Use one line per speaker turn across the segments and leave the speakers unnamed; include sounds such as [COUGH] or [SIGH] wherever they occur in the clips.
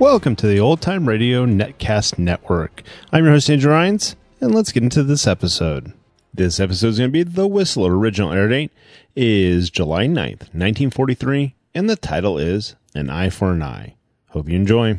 Welcome to the Old Time Radio Netcast Network. I'm your host, Andrew Rines, and let's get into this episode. This episode is going to be The Whistler. Original air date is July 9th, 1943, and the title is An Eye for an Eye. Hope you enjoy.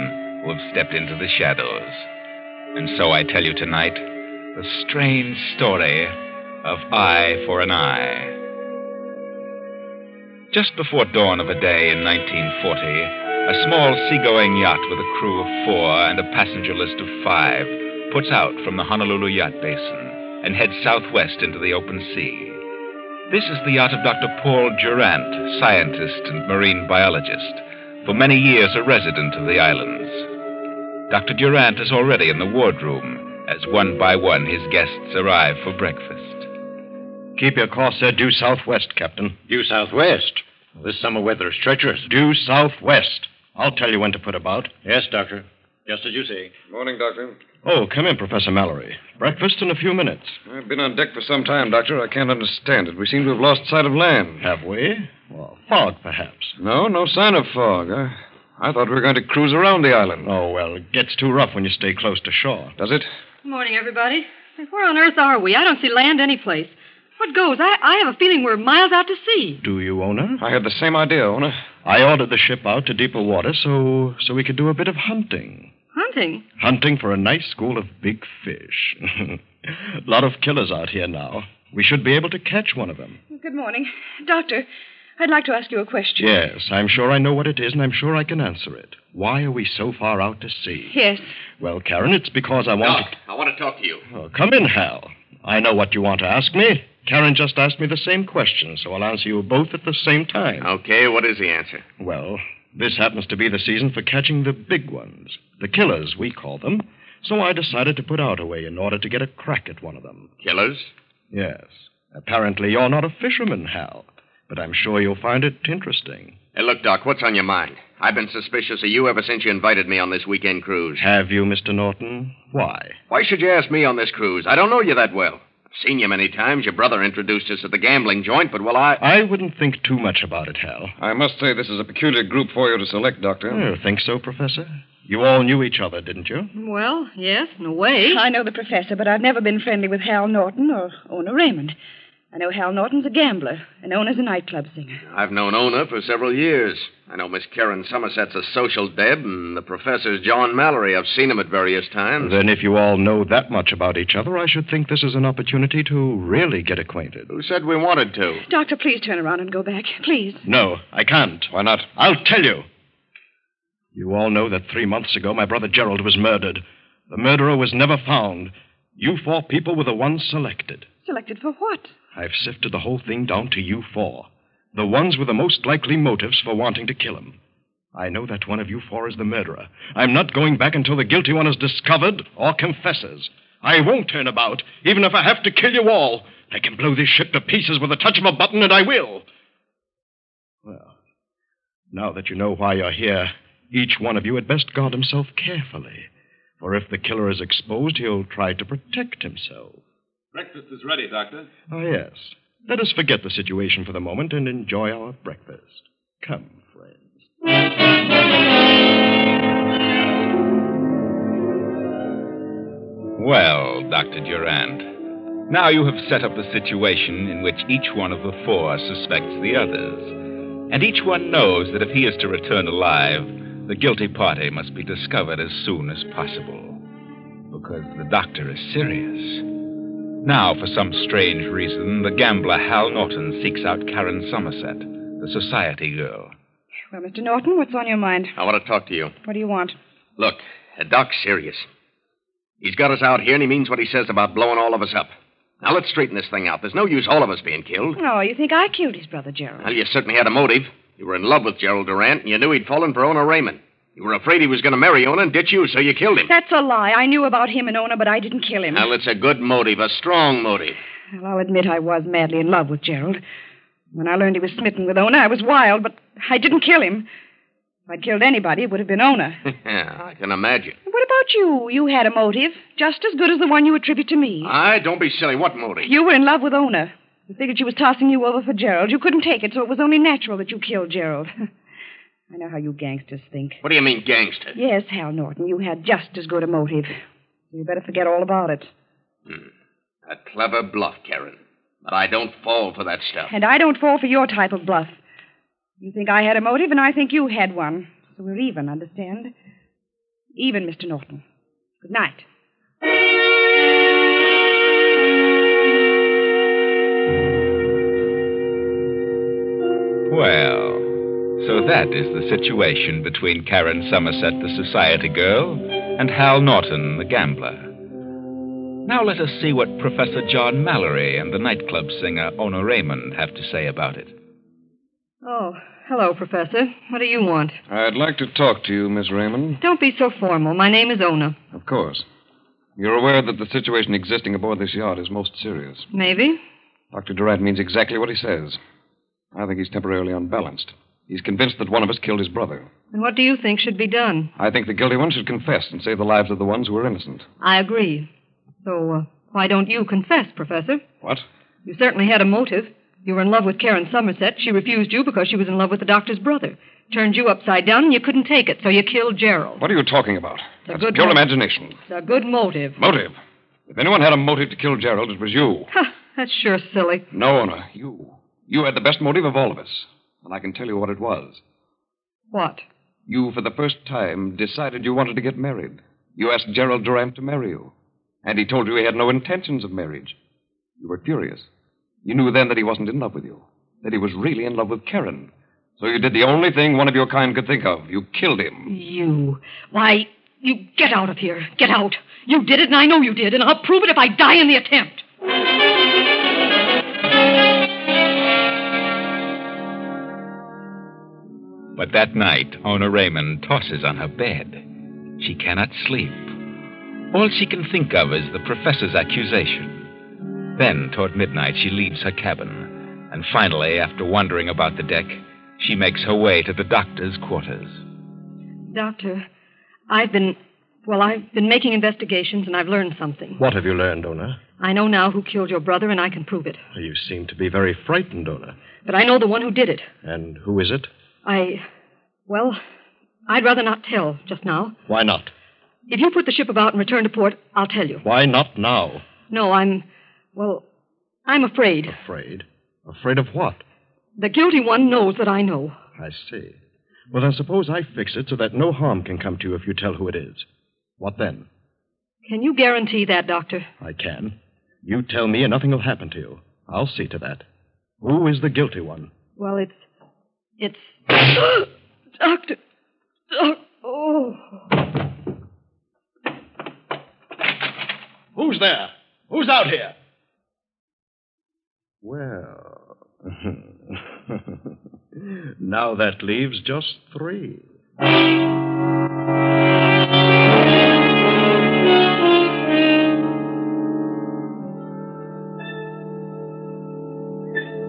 who have stepped into the shadows. And so I tell you tonight the strange story of Eye for an Eye. Just before dawn of a day in 1940, a small seagoing yacht with a crew of four and a passenger list of five puts out from the Honolulu Yacht Basin and heads southwest into the open sea. This is the yacht of Dr. Paul Durant, scientist and marine biologist, for many years a resident of the islands. Dr. Durant is already in the wardroom as one by one his guests arrive for breakfast.
Keep your course, sir, due southwest, Captain. Due southwest? This summer weather is treacherous. Due southwest. I'll tell you when to put about. Yes, Doctor. Just as you say.
Morning, Doctor.
Oh, come in, Professor Mallory. Breakfast in a few minutes.
I've been on deck for some time, Doctor. I can't understand it. We seem to have lost sight of land.
Have we? Well, fog, perhaps.
No, no sign of fog. I, I thought we were going to cruise around the island.
Oh, well, it gets too rough when you stay close to shore.
Does it?
Morning, everybody. Where on earth are we? I don't see land anyplace. What goes? I, I have a feeling we're miles out to sea.
Do you, Ona?
I had the same idea, Ona.
I ordered the ship out to deeper water so so we could do a bit of hunting.
Hunting?
Hunting for a nice school of big fish. [LAUGHS] Lot of killers out here now. We should be able to catch one of them.
Good morning. Doctor, I'd like to ask you a question.
Yes, I'm sure I know what it is, and I'm sure I can answer it. Why are we so far out to sea?
Yes.
Well, Karen, it's because I want
Doc, I want to talk to you.
to. Oh, come in, Hal. I know what you want to ask me. Karen just asked me the same question, so I'll answer you both at the same time.
Okay, what is the answer?
Well, this happens to be the season for catching the big ones, the killers, we call them. So I decided to put out a way in order to get a crack at one of them.
Killers?
Yes. Apparently, you're not a fisherman, Hal, but I'm sure you'll find it interesting.
Hey, look, Doc, what's on your mind? I've been suspicious of you ever since you invited me on this weekend cruise.
Have you, Mr. Norton? Why?
Why should you ask me on this cruise? I don't know you that well. I've seen you many times. Your brother introduced us at the gambling joint, but well, I.
I wouldn't think too much about it, Hal.
I must say, this is a peculiar group for you to select, Doctor.
You think so, Professor? You all knew each other, didn't you?
Well, yes, in a way.
[LAUGHS] I know the professor, but I've never been friendly with Hal Norton or Ona Raymond. I know Hal Norton's a gambler, and Ona's a nightclub singer.
I've known Ona for several years. I know Miss Karen Somerset's a social deb, and the professor's John Mallory. I've seen him at various times.
Then, if you all know that much about each other, I should think this is an opportunity to really get acquainted.
Who said we wanted to?
Doctor, please turn around and go back. Please.
No, I can't. Why not? I'll tell you. You all know that three months ago my brother Gerald was murdered. The murderer was never found. You four people were the ones selected.
Selected for what?
I've sifted the whole thing down to you four. The ones with the most likely motives for wanting to kill him. I know that one of you four is the murderer. I'm not going back until the guilty one is discovered or confesses. I won't turn about, even if I have to kill you all. I can blow this ship to pieces with the touch of a button, and I will. Well, now that you know why you're here, each one of you had best guard himself carefully. For if the killer is exposed, he'll try to protect himself.
Breakfast is ready, Doctor.
Oh, yes. Let us forget the situation for the moment and enjoy our breakfast. Come, friends.
Well, Dr. Durand, now you have set up a situation in which each one of the four suspects the others. And each one knows that if he is to return alive, the guilty party must be discovered as soon as possible. Because the doctor is serious. Now, for some strange reason, the gambler Hal Norton seeks out Karen Somerset, the society girl.
Well, Mr. Norton, what's on your mind?
I want to talk to you.
What do you want?
Look, uh, Doc's serious. He's got us out here, and he means what he says about blowing all of us up. Now, let's straighten this thing out. There's no use all of us being killed.
Oh, you think I killed his brother Gerald?
Well, you certainly had a motive. You were in love with Gerald Durant, and you knew he'd fallen for Ona Raymond. You were afraid he was going to marry Ona and ditch you, so you killed him.
That's a lie. I knew about him and Ona, but I didn't kill him.
Well, it's a good motive, a strong motive.
Well, I'll admit I was madly in love with Gerald. When I learned he was smitten with Ona, I was wild, but I didn't kill him. If I'd killed anybody, it would have been Ona.
[LAUGHS] Yeah, I can imagine.
What about you? You had a motive, just as good as the one you attribute to me.
I don't be silly. What motive?
You were in love with Ona. You figured she was tossing you over for Gerald. You couldn't take it, so it was only natural that you killed Gerald. [LAUGHS] I know how you gangsters think.
What do you mean, gangster?
Yes, Hal Norton, you had just as good a motive. You better forget all about it.
Hmm. A clever bluff, Karen. But I don't fall for that stuff.
And I don't fall for your type of bluff. You think I had a motive, and I think you had one. So we're even, understand? Even, Mr. Norton. Good night.
Well, so that is the situation between Karen Somerset, the society girl, and Hal Norton, the gambler. Now let us see what Professor John Mallory and the nightclub singer Ona Raymond have to say about it.
Oh, hello, Professor. What do you want?
I'd like to talk to you, Miss Raymond.
Don't be so formal. My name is Ona.
Of course.
You're aware that the situation existing aboard this yacht is most serious.
Maybe.
Dr. Durant means exactly what he says. I think he's temporarily unbalanced. He's convinced that one of us killed his brother.
And what do you think should be done?
I think the guilty one should confess and save the lives of the ones who are innocent.
I agree. So, uh, why don't you confess, Professor?
What?
You certainly had a motive. You were in love with Karen Somerset. She refused you because she was in love with the doctor's brother. Turned you upside down, and you couldn't take it, so you killed Gerald.
What are you talking about?
It's a
That's
good
pure
motive.
imagination.
It's a good motive.
Motive. If anyone had a motive to kill Gerald, it was you.
Ha, that's sure silly.
No, Ona, you. You had the best motive of all of us. And I can tell you what it was.
What?
You, for the first time, decided you wanted to get married. You asked Gerald Durant to marry you. And he told you he had no intentions of marriage. You were furious. You knew then that he wasn't in love with you. that he was really in love with Karen. So you did the only thing one of your kind could think of. You killed him.
You. Why, you get out of here. Get out. You did it, and I know you did, and I'll prove it if I die in the attempt.
But that night, Ona Raymond tosses on her bed. She cannot sleep. All she can think of is the professor's accusation. Then, toward midnight, she leaves her cabin. And finally, after wandering about the deck, she makes her way to the doctor's quarters.
Doctor, I've been. Well, I've been making investigations, and I've learned something.
What have you learned, Ona?
I know now who killed your brother, and I can prove it.
You seem to be very frightened, Ona.
But I know the one who did it.
And who is it?
I. Well, I'd rather not tell just now.
Why not?
If you put the ship about and return to port, I'll tell you.
Why not now?
No, I'm. Well, I'm afraid.
Afraid? Afraid of what?
The guilty one knows that I know.
I see. Well, then suppose I fix it so that no harm can come to you if you tell who it is. What then?
Can you guarantee that, Doctor?
I can. You tell me and nothing will happen to you. I'll see to that. Who is the guilty one?
Well, it's. It's. [COUGHS] Doctor! Doc- Oh.
Who's there? Who's out here? Well. [LAUGHS] now that leaves just three.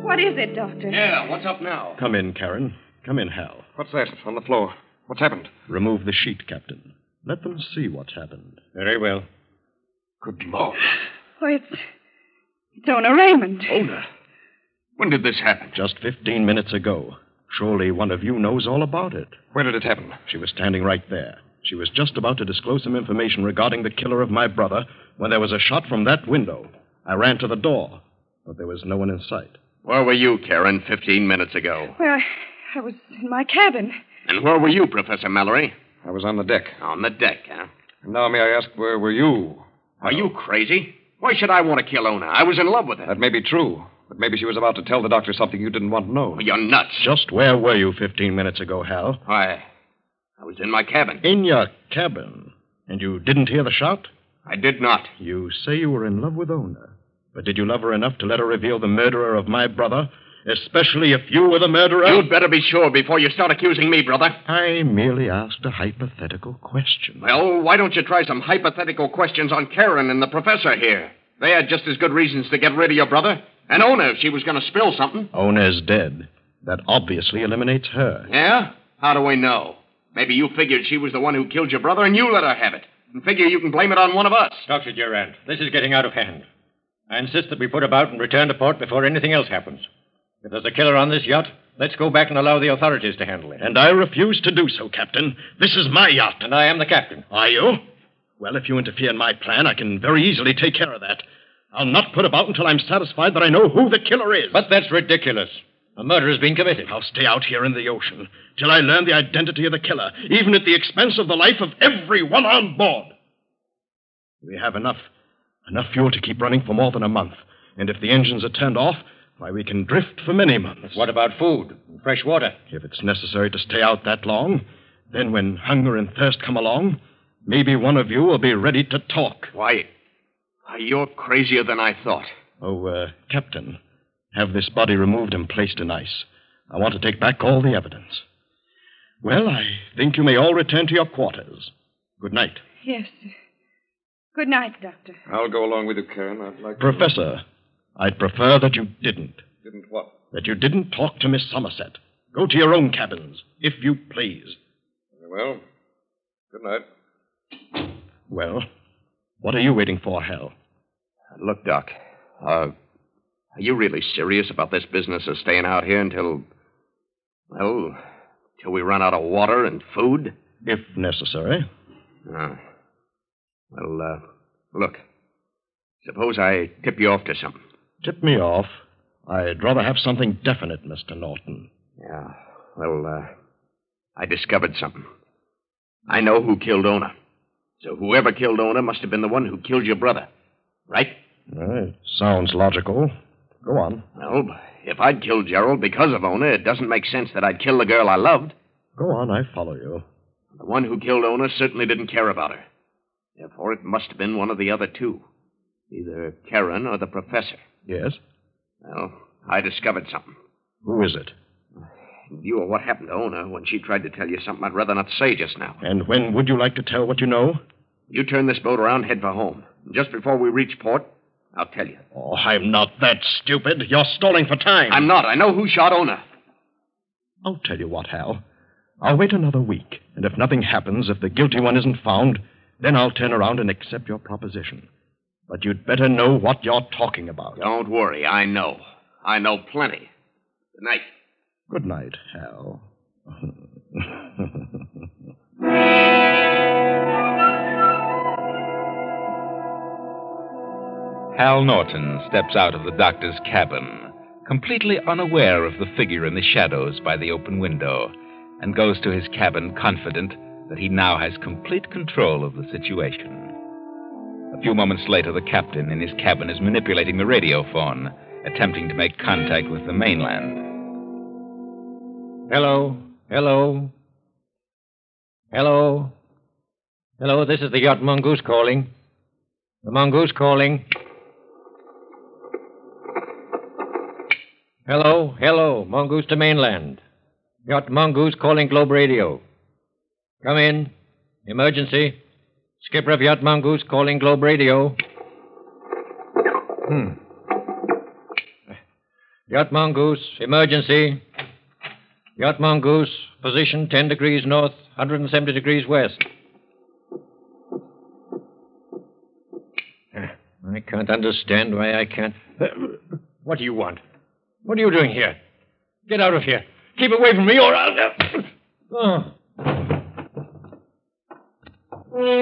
What is it, Doctor?
Yeah, what's up now?
Come in, Karen. Come in, Hal.
What's that on the floor? What's happened?
Remove the sheet, Captain. Let them see what's happened.
Very well. Good Lord.
Oh, it's. It's Ona Raymond.
Ona.
When did this happen?
Just 15 minutes ago. Surely one of you knows all about it.
Where did it happen?
She was standing right there. She was just about to disclose some information regarding the killer of my brother when there was a shot from that window. I ran to the door, but there was no one in sight.
Where were you, Karen, 15 minutes ago?
Well, I, I was in my cabin.
And where were you, Professor Mallory?
I was on the deck.
On the deck, huh?
And now may I ask, where were you?
Are you crazy? Why should I want to kill Ona? I was in love with her.
That may be true, but maybe she was about to tell the doctor something you didn't want to know.
You're nuts.
Just where were you 15 minutes ago, Hal?
I. I was in my cabin.
In your cabin. And you didn't hear the shot?
I did not.
You say you were in love with Ona. But did you love her enough to let her reveal the murderer of my brother? Especially if you were the murderer?
You'd better be sure before you start accusing me, brother.
I merely asked a hypothetical question.
Well, why don't you try some hypothetical questions on Karen and the professor here? They had just as good reasons to get rid of your brother. And Ona, if she was going to spill something.
Ona is dead. That obviously eliminates her.
Yeah? How do we know? Maybe you figured she was the one who killed your brother and you let her have it. And figure you can blame it on one of us.
Dr. Durant, this is getting out of hand. I insist that we put about and return to port before anything else happens. If there's a killer on this yacht, let's go back and allow the authorities to handle it.
And I refuse to do so, Captain. This is my yacht.
And I am the captain.
Are you? Well, if you interfere in my plan, I can very easily take care of that. I'll not put about until I'm satisfied that I know who the killer is.
But that's ridiculous. A murder has been committed.
I'll stay out here in the ocean till I learn the identity of the killer, even at the expense of the life of everyone on board. We have enough. Enough fuel to keep running for more than a month. And if the engines are turned off, why, we can drift for many months.
What about food and fresh water?
If it's necessary to stay out that long, then when hunger and thirst come along, maybe one of you will be ready to talk.
Why, why, you're crazier than I thought.
Oh, uh, Captain, have this body removed and placed in ice. I want to take back all the evidence. Well, I think you may all return to your quarters. Good night.
Yes. Good night, Doctor.
I'll go along with you, Karen. I'd like to...
Professor, I'd prefer that you didn't.
Didn't what?
That you didn't talk to Miss Somerset. Go to your own cabins, if you please.
Very well. Good night.
Well, what are you waiting for, Hal?
Look, Doc. Uh, are you really serious about this business of staying out here until. Well, till we run out of water and food?
If necessary.
Uh, well, uh, look. Suppose I tip you off to something.
Tip me off? I'd rather have something definite, Mr. Norton.
Yeah. Well, uh, I discovered something. I know who killed Ona. So whoever killed Ona must have been the one who killed your brother. Right?
Well, it sounds logical. Go on.
Well, If I'd killed Gerald because of Ona, it doesn't make sense that I'd kill the girl I loved.
Go on, I follow you.
The one who killed Ona certainly didn't care about her. Therefore, it must have been one of the other two either Karen or the professor.
Yes?
Well, I discovered something.
Who is it?
In view of what happened to Ona when she tried to tell you something I'd rather not say just now.
And when would you like to tell what you know?
You turn this boat around, head for home. Just before we reach port, I'll tell you.
Oh, I'm not that stupid. You're stalling for time.
I'm not. I know who shot Ona.
I'll tell you what, Hal. I'll wait another week, and if nothing happens, if the guilty one isn't found, then I'll turn around and accept your proposition. But you'd better know what you're talking about.
Don't worry, I know. I know plenty. Good night.
Good night, Hal.
Hal Norton steps out of the doctor's cabin, completely unaware of the figure in the shadows by the open window, and goes to his cabin confident that he now has complete control of the situation. A few moments later, the captain in his cabin is manipulating the radio phone, attempting to make contact with the mainland.
Hello? Hello? Hello? Hello, this is the yacht Mongoose calling. The Mongoose calling. Hello? Hello, Mongoose to mainland. Yacht Mongoose calling Globe Radio. Come in. Emergency. Skipper of Yacht Mongoose calling Globe Radio. Hmm. Yacht Mongoose, emergency. Yacht Mongoose, position 10 degrees north, 170 degrees west. I can't understand why I can't. What do you want? What are you doing here? Get out of here. Keep away from me or I'll. Oh. Oh.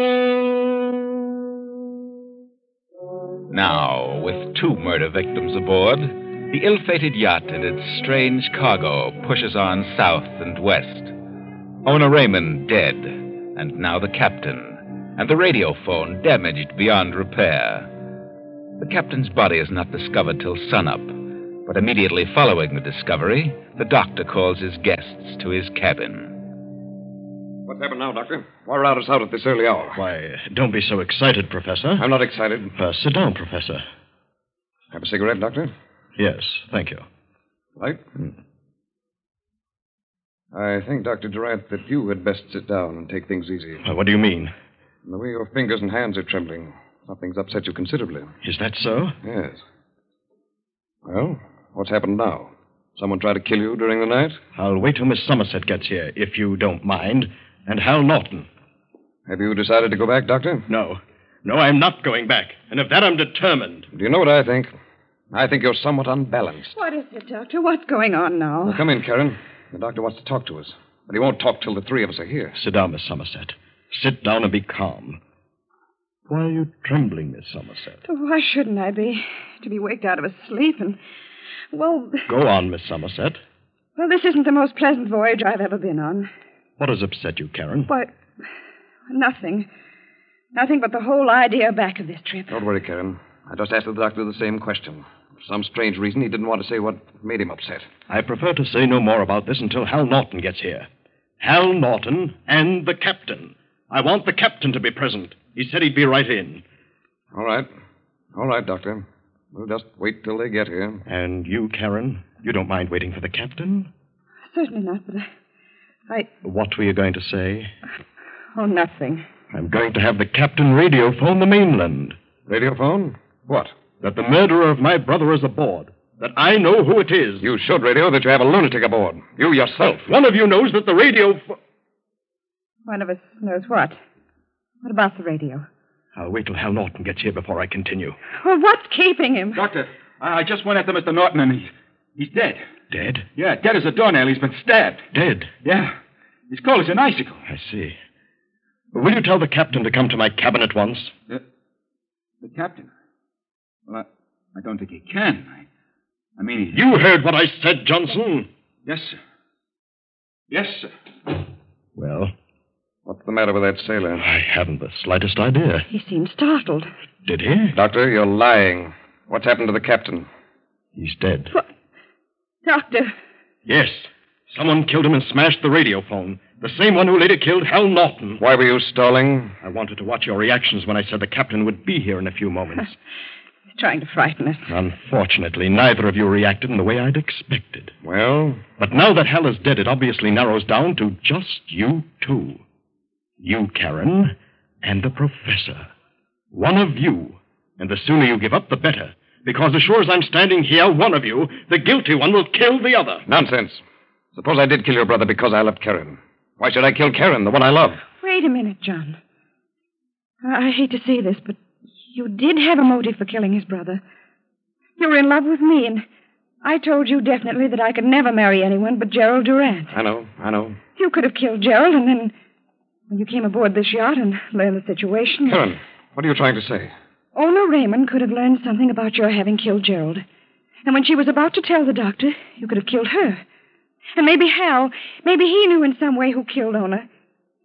Now, with two murder victims aboard, the ill fated yacht and its strange cargo pushes on south and west. Ona Raymond dead, and now the captain, and the radio phone damaged beyond repair. The captain's body is not discovered till sunup, but immediately following the discovery, the doctor calls his guests to his cabin.
What's happened now, Doctor? Why rout us out at this early hour?
Why, don't be so excited, Professor.
I'm not excited.
Uh, sit down, Professor.
Have a cigarette, Doctor?
Yes, thank you.
Right? Hmm. I think, Dr. Durant, that you had best sit down and take things easy.
Uh, what do you mean?
The way your fingers and hands are trembling, something's upset you considerably.
Is that so?
Yes. Well, what's happened now? Someone tried to kill you during the night?
I'll wait till Miss Somerset gets here, if you don't mind. And Hal Norton.
Have you decided to go back, Doctor?
No. No, I'm not going back. And of that, I'm determined.
Do you know what I think? I think you're somewhat unbalanced.
What is it, Doctor? What's going on now?
Well, come in, Karen. The doctor wants to talk to us, but he won't talk till the three of us are here.
Sit down, Miss Somerset. Sit down and be calm. Why are you trembling, Miss Somerset?
So why shouldn't I be? To be waked out of a sleep and. Well.
Go on, Miss Somerset.
Well, this isn't the most pleasant voyage I've ever been on.
What has upset you, Karen?
Why. Nothing. Nothing but the whole idea back of this trip.
Don't worry, Karen. I just asked the doctor the same question. For some strange reason, he didn't want to say what made him upset.
I prefer to say no more about this until Hal Norton gets here. Hal Norton and the captain. I want the captain to be present. He said he'd be right in.
All right. All right, Doctor. We'll just wait till they get here.
And you, Karen, you don't mind waiting for the captain?
Certainly not, but I. I
What were you going to say?
oh, nothing.
I'm going to have the captain radio phone the mainland.
Radio phone? What?
That the murderer of my brother is aboard. That I know who it is.
You should radio that you have a lunatic aboard. You yourself.
One of you knows that the radio. Fo-
One of us knows what. What about the radio?
I'll wait till Hal Norton gets here before I continue.
Well, what's keeping him?
Doctor, I I just went after Mr. Norton and he's, he's dead.
Dead?
Yeah, dead as a doornail. He's been stabbed.
Dead?
Yeah. He's cold as an icicle.
I see. Will you tell the captain to come to my cabin at once?
The, the captain. Well, I, I don't think he can. I, I mean, he's.
You heard what I said, Johnson.
Yes, sir. Yes, sir.
Well,
What's the matter with that sailor?
I haven't the slightest idea.
He seems startled.
Did he?
Doctor, you're lying. What's happened to the captain?
He's dead.
What? Doctor,
Yes. Someone killed him and smashed the radio phone. The same one who later killed Hal Norton. Why were you stalling? I wanted to watch your reactions when I said the captain would be here in a few moments.
he's trying to frighten us.
Unfortunately, neither of you reacted in the way I'd expected. Well? But now that Hal is dead, it obviously narrows down to just you two. You, Karen, and the professor. One of you. And the sooner you give up, the better. Because as sure as I'm standing here, one of you, the guilty one, will kill the other.
Nonsense. Suppose I did kill your brother because I loved Karen. Why should I kill Karen, the one I love?
Wait a minute, John. I I hate to say this, but you did have a motive for killing his brother. You were in love with me, and I told you definitely that I could never marry anyone but Gerald Durant.
I know, I know.
You could have killed Gerald, and then when you came aboard this yacht and learned the situation.
Karen, what are you trying to say?
Ona Raymond could have learned something about your having killed Gerald. And when she was about to tell the doctor, you could have killed her. And maybe Hal, maybe he knew in some way who killed Ona.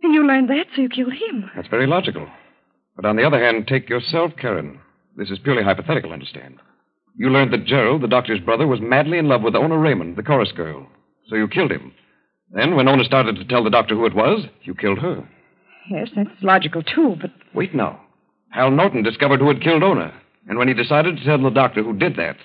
And you learned that, so you killed him.
That's very logical. But on the other hand, take yourself, Karen. This is purely hypothetical, understand? You learned that Gerald, the doctor's brother, was madly in love with Ona Raymond, the chorus girl. So you killed him. Then, when Ona started to tell the doctor who it was, you killed her.
Yes, that's logical, too, but
Wait now. Hal Norton discovered who had killed Ona. And when he decided to tell the doctor who did that,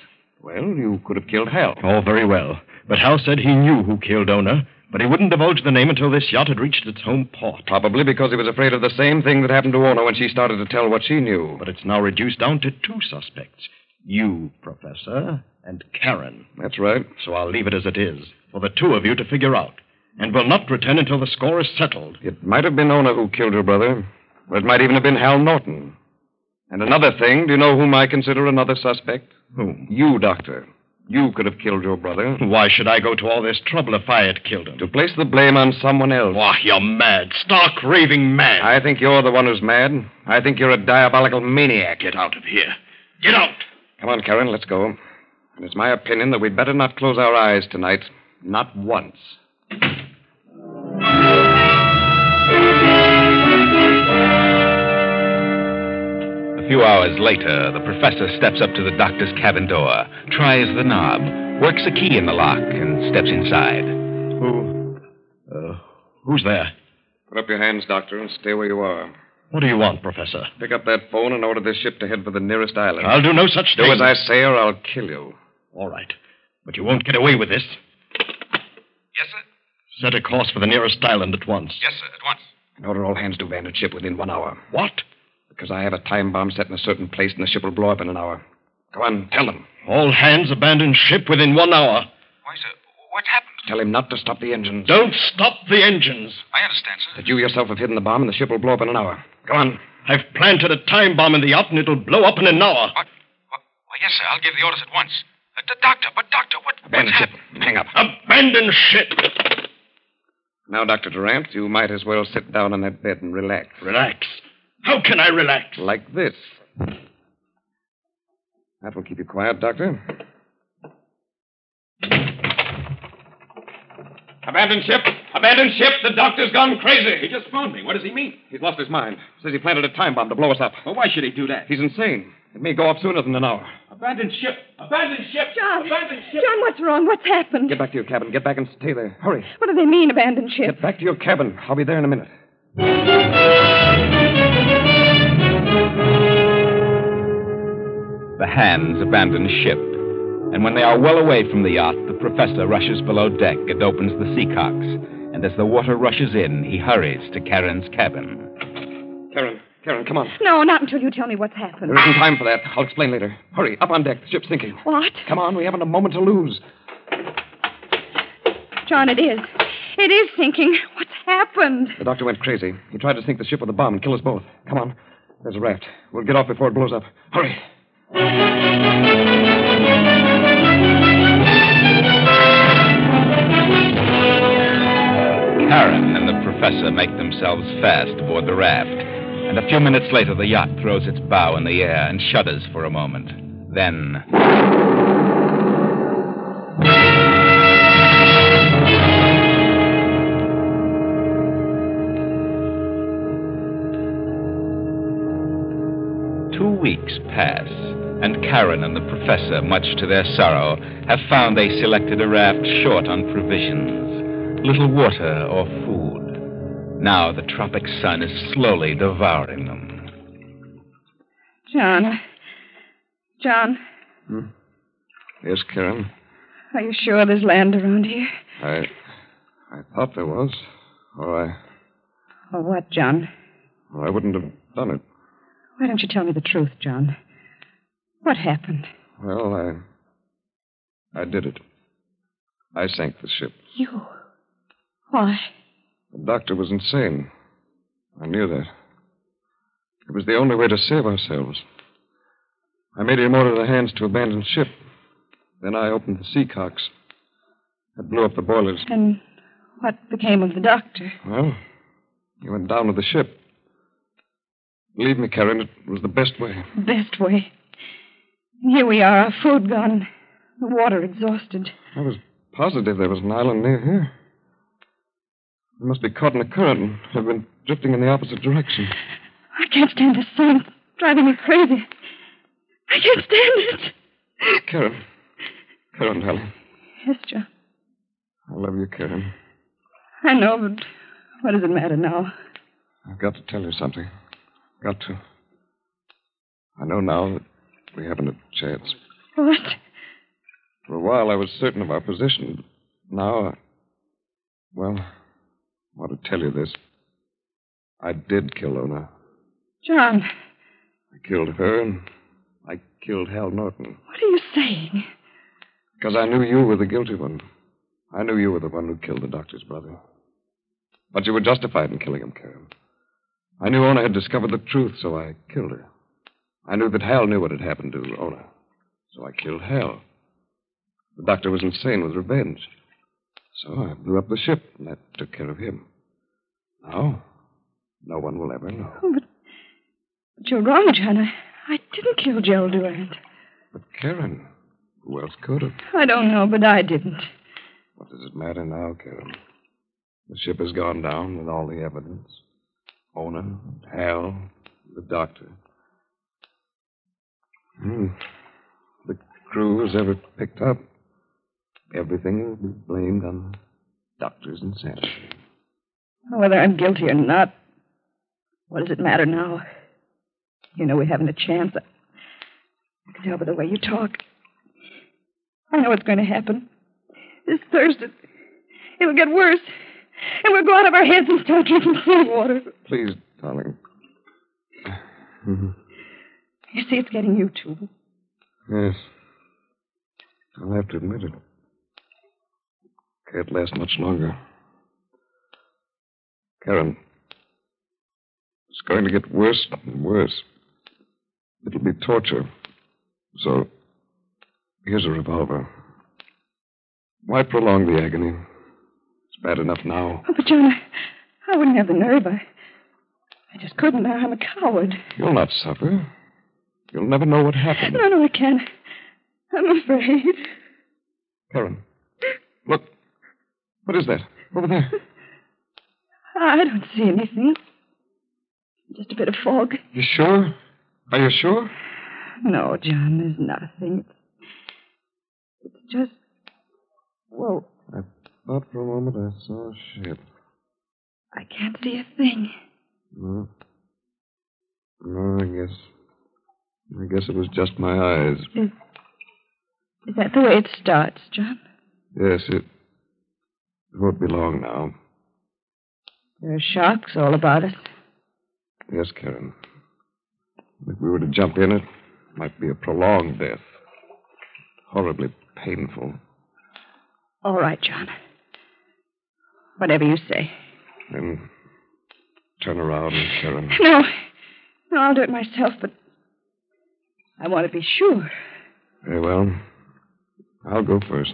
well, you could have killed Hal.
Oh, very well. But Hal said he knew who killed Ona, but he wouldn't divulge the name until this yacht had reached its home port.
Probably because he was afraid of the same thing that happened to Ona when she started to tell what she knew.
But it's now reduced down to two suspects you, Professor, and Karen.
That's right.
So I'll leave it as it is for the two of you to figure out, and will not return until the score is settled.
It might have been Ona who killed her brother, but it might even have been Hal Norton. And another thing, do you know whom I consider another suspect?
Whom?
You, Doctor. You could have killed your brother.
Why should I go to all this trouble if I had killed him?
To place the blame on someone else.
Why, you're mad, stark, raving mad.
I think you're the one who's mad. I think you're a diabolical maniac.
Get out of here. Get out!
Come on, Karen, let's go. And it's my opinion that we'd better not close our eyes tonight. Not once.
A few hours later, the professor steps up to the doctor's cabin door, tries the knob, works a key in the lock, and steps inside.
Who? Uh, who's there?
Put up your hands, Doctor, and stay where you are.
What do you want, Professor?
Pick up that phone and order this ship to head for the nearest island.
I'll do no such
Do
thing.
as I say, or I'll kill you.
All right. But you won't get away with this.
Yes, sir.
Set a course for the nearest island at once.
Yes, sir, at once. And order all hands to land the ship within one hour.
What?
Because I have a time bomb set in a certain place, and the ship will blow up in an hour. Go on, tell them.
All hands abandon ship within one hour.
Why, sir, what's happened? Tell him not to stop the engines.
Don't stop the engines.
I understand, sir. That you yourself have hidden the bomb, and the ship will blow up in an hour. Go on.
I've planted a time bomb in the yacht, and it'll blow up in an hour.
Why, yes, sir. I'll give the orders at once. Uh, d- doctor, but doctor, what?
Abandon ship. and Hang up.
Abandon ship.
Now, Dr. Durant, you might as well sit down on that bed and relax.
Relax. How can I relax?
Like this. That will keep you quiet, Doctor.
Abandon ship! Abandon ship! The doctor's gone crazy!
He just phoned me. What does he mean?
He's lost his mind. Says he planted a time bomb to blow us up.
Well, why should he do that?
He's insane. It may go off sooner than an hour.
Abandon ship! Abandon ship!
John.
Abandon ship!
John, what's wrong? What's happened?
Get back to your cabin. Get back and stay there. Hurry.
What do they mean, abandoned ship?
Get back to your cabin. I'll be there in a minute.
The hands abandon ship, and when they are well away from the yacht, the professor rushes below deck and opens the sea cocks. And as the water rushes in, he hurries to Karen's cabin.
Karen, Karen, come on.
No, not until you tell me what's happened.
There isn't time for that. I'll explain later. Hurry, up on deck. The ship's sinking.
What?
Come on, we haven't a moment to lose.
John, it is. It is sinking. What's happened?
The doctor went crazy. He tried to sink the ship with a bomb and kill us both. Come on. There's a raft. We'll get off before it blows up. Hurry.
Karen and the professor make themselves fast aboard the raft, and a few minutes later, the yacht throws its bow in the air and shudders for a moment. Then. Two weeks pass. and Karen and the professor, much to their sorrow, have found they selected a raft short on provisions, little water or food. Now the tropic sun is slowly devouring them.
John. John,
Yes, Karen.
are you sure there's land around here?
I. I thought there was. Or I.
Or what, John?
Or I wouldn't have done it.
Why don't you tell me the truth, John? What happened?
Well, I. I did it. I sank the ship.
You. Why?
The doctor was insane. I knew that. It was the only way to save ourselves. I made him order the hands to abandon ship. Then I opened the sea cocks. I blew up the boilers.
And what became of the doctor?
Well, he went down with the ship. Believe me, Karen, it was the best way.
Best way. And here we are, our food gone, the water exhausted.
I was positive there was an island near here. We must be caught in a current and have been drifting in the opposite direction.
I can't stand this sun. It's driving me crazy. I can't stand it.
Karen. Karen, darling.
Yes, John.
I love you, Karen.
I know, but what does it matter now?
I've got to tell you something. Got to. I know now that we haven't a chance.
What?
For a while, I was certain of our position. Now, I... well, I want to tell you this. I did kill Ona.
John,
I killed her, and I killed Hal Norton.
what are you saying?
Because I knew you were the guilty one. I knew you were the one who killed the doctor's brother. But you were justified in killing him, Karen. I knew Ona had discovered the truth, so I killed her. I knew that Hal knew what had happened to Ona, so I killed Hal. The doctor was insane with revenge. So I blew up the ship, and that took care of him. Now, no one will ever know.
Oh, but, but you're wrong, John. I, I didn't kill Gerald Durant.
Karen, who else could have?
I don't know, but I didn't.
What does it matter now, Karen? The ship has gone down with all the evidence. Ona, Hal, the doctor. Hmm. The crew was ever picked up. Everything will be blamed on the doctor's insanity.
Whether I'm guilty or not, what does it matter now? You know we haven't a chance. I I can tell by the way you talk. I know what's going to happen. This Thursday, it'll get worse. And we'll go out of our heads and start drinking [LAUGHS] sea water.
Please, darling.
You see, it's getting you too.
Yes. I'll have to admit it. Can't last much longer. Karen, it's going to get worse and worse. It'll be torture. So, here's a revolver. Why prolong the agony? It's bad enough now.
Oh, but John, I, I wouldn't have the nerve. I, I just couldn't. I, I'm a coward.
You'll not suffer. You'll never know what happened.
No, no, I can't. I'm afraid.
Karen, look. What is that? Over there.
[LAUGHS] I don't see anything. Just a bit of fog.
You sure? Are you sure?
No, John, there's nothing. It's, it's just. Well,
Thought for a moment I saw a ship.
I can't see a thing.
No. No, I guess. I guess it was just my eyes.
Is, is that the way it starts, John?
Yes, it. It won't be long now.
There are sharks all about us.
Yes, Karen. If we were to jump in, it might be a prolonged death. Horribly painful.
All right, John. Whatever you say.
Then turn around, Karen.
[LAUGHS] No. No, I'll do it myself, but I want to be sure.
Very well. I'll go first.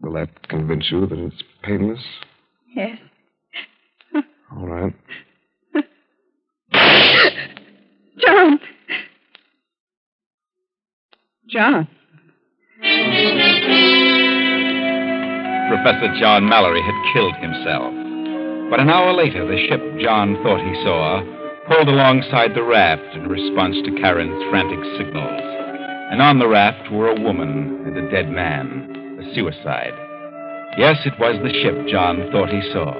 Will that convince you that it's painless?
Yes.
All right.
John! John.
Professor John Mallory had killed himself. But an hour later, the ship John thought he saw pulled alongside the raft in response to Karen's frantic signals. and on the raft were a woman and a dead man, a suicide. Yes, it was the ship John thought he saw,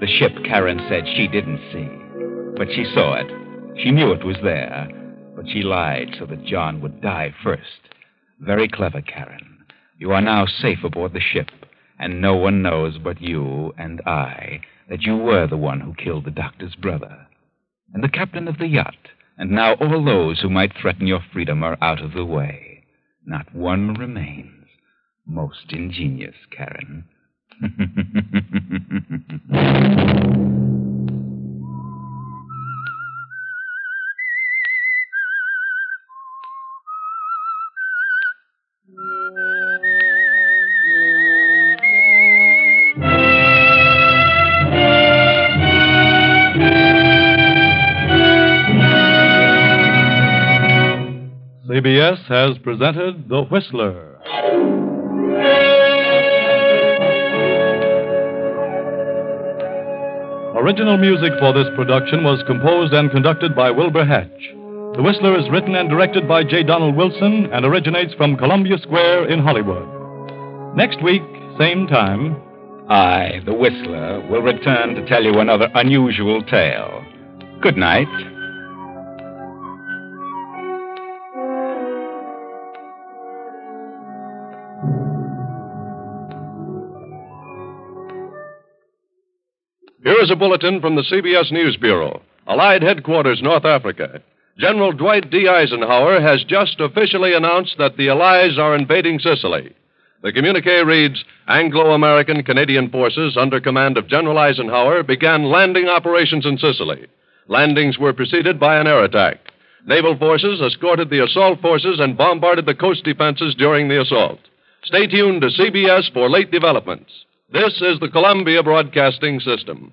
the ship Karen said she didn't see. But she saw it. She knew it was there. But she lied so that John would die first. Very clever, Karen. You are now safe aboard the ship, and no one knows but you and I that you were the one who killed the doctor's brother and the captain of the yacht. And now all those who might threaten your freedom are out of the way. Not one remains. Most ingenious, Karen.
CBS has presented The Whistler. Original music for this production was composed and conducted by Wilbur Hatch. The Whistler is written and directed by J. Donald Wilson and originates from Columbia Square in Hollywood. Next week, same time,
I, the Whistler, will return to tell you another unusual tale. Good night.
Here is a bulletin from the CBS News Bureau, Allied Headquarters, North Africa. General Dwight D. Eisenhower has just officially announced that the Allies are invading Sicily. The communique reads Anglo American Canadian forces under command of General Eisenhower began landing operations in Sicily. Landings were preceded by an air attack. Naval forces escorted the assault forces and bombarded the coast defenses during the assault. Stay tuned to CBS for late developments. This is the Columbia Broadcasting System.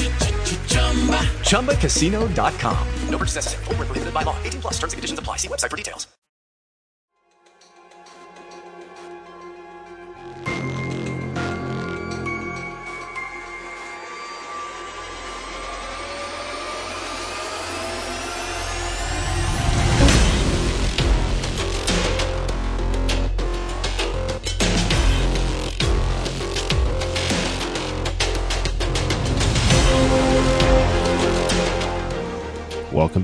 ChumbaCasino.com.
No purchase necessary. Void were prohibited by law. 18 plus. Terms and conditions apply. See website for details.
Welcome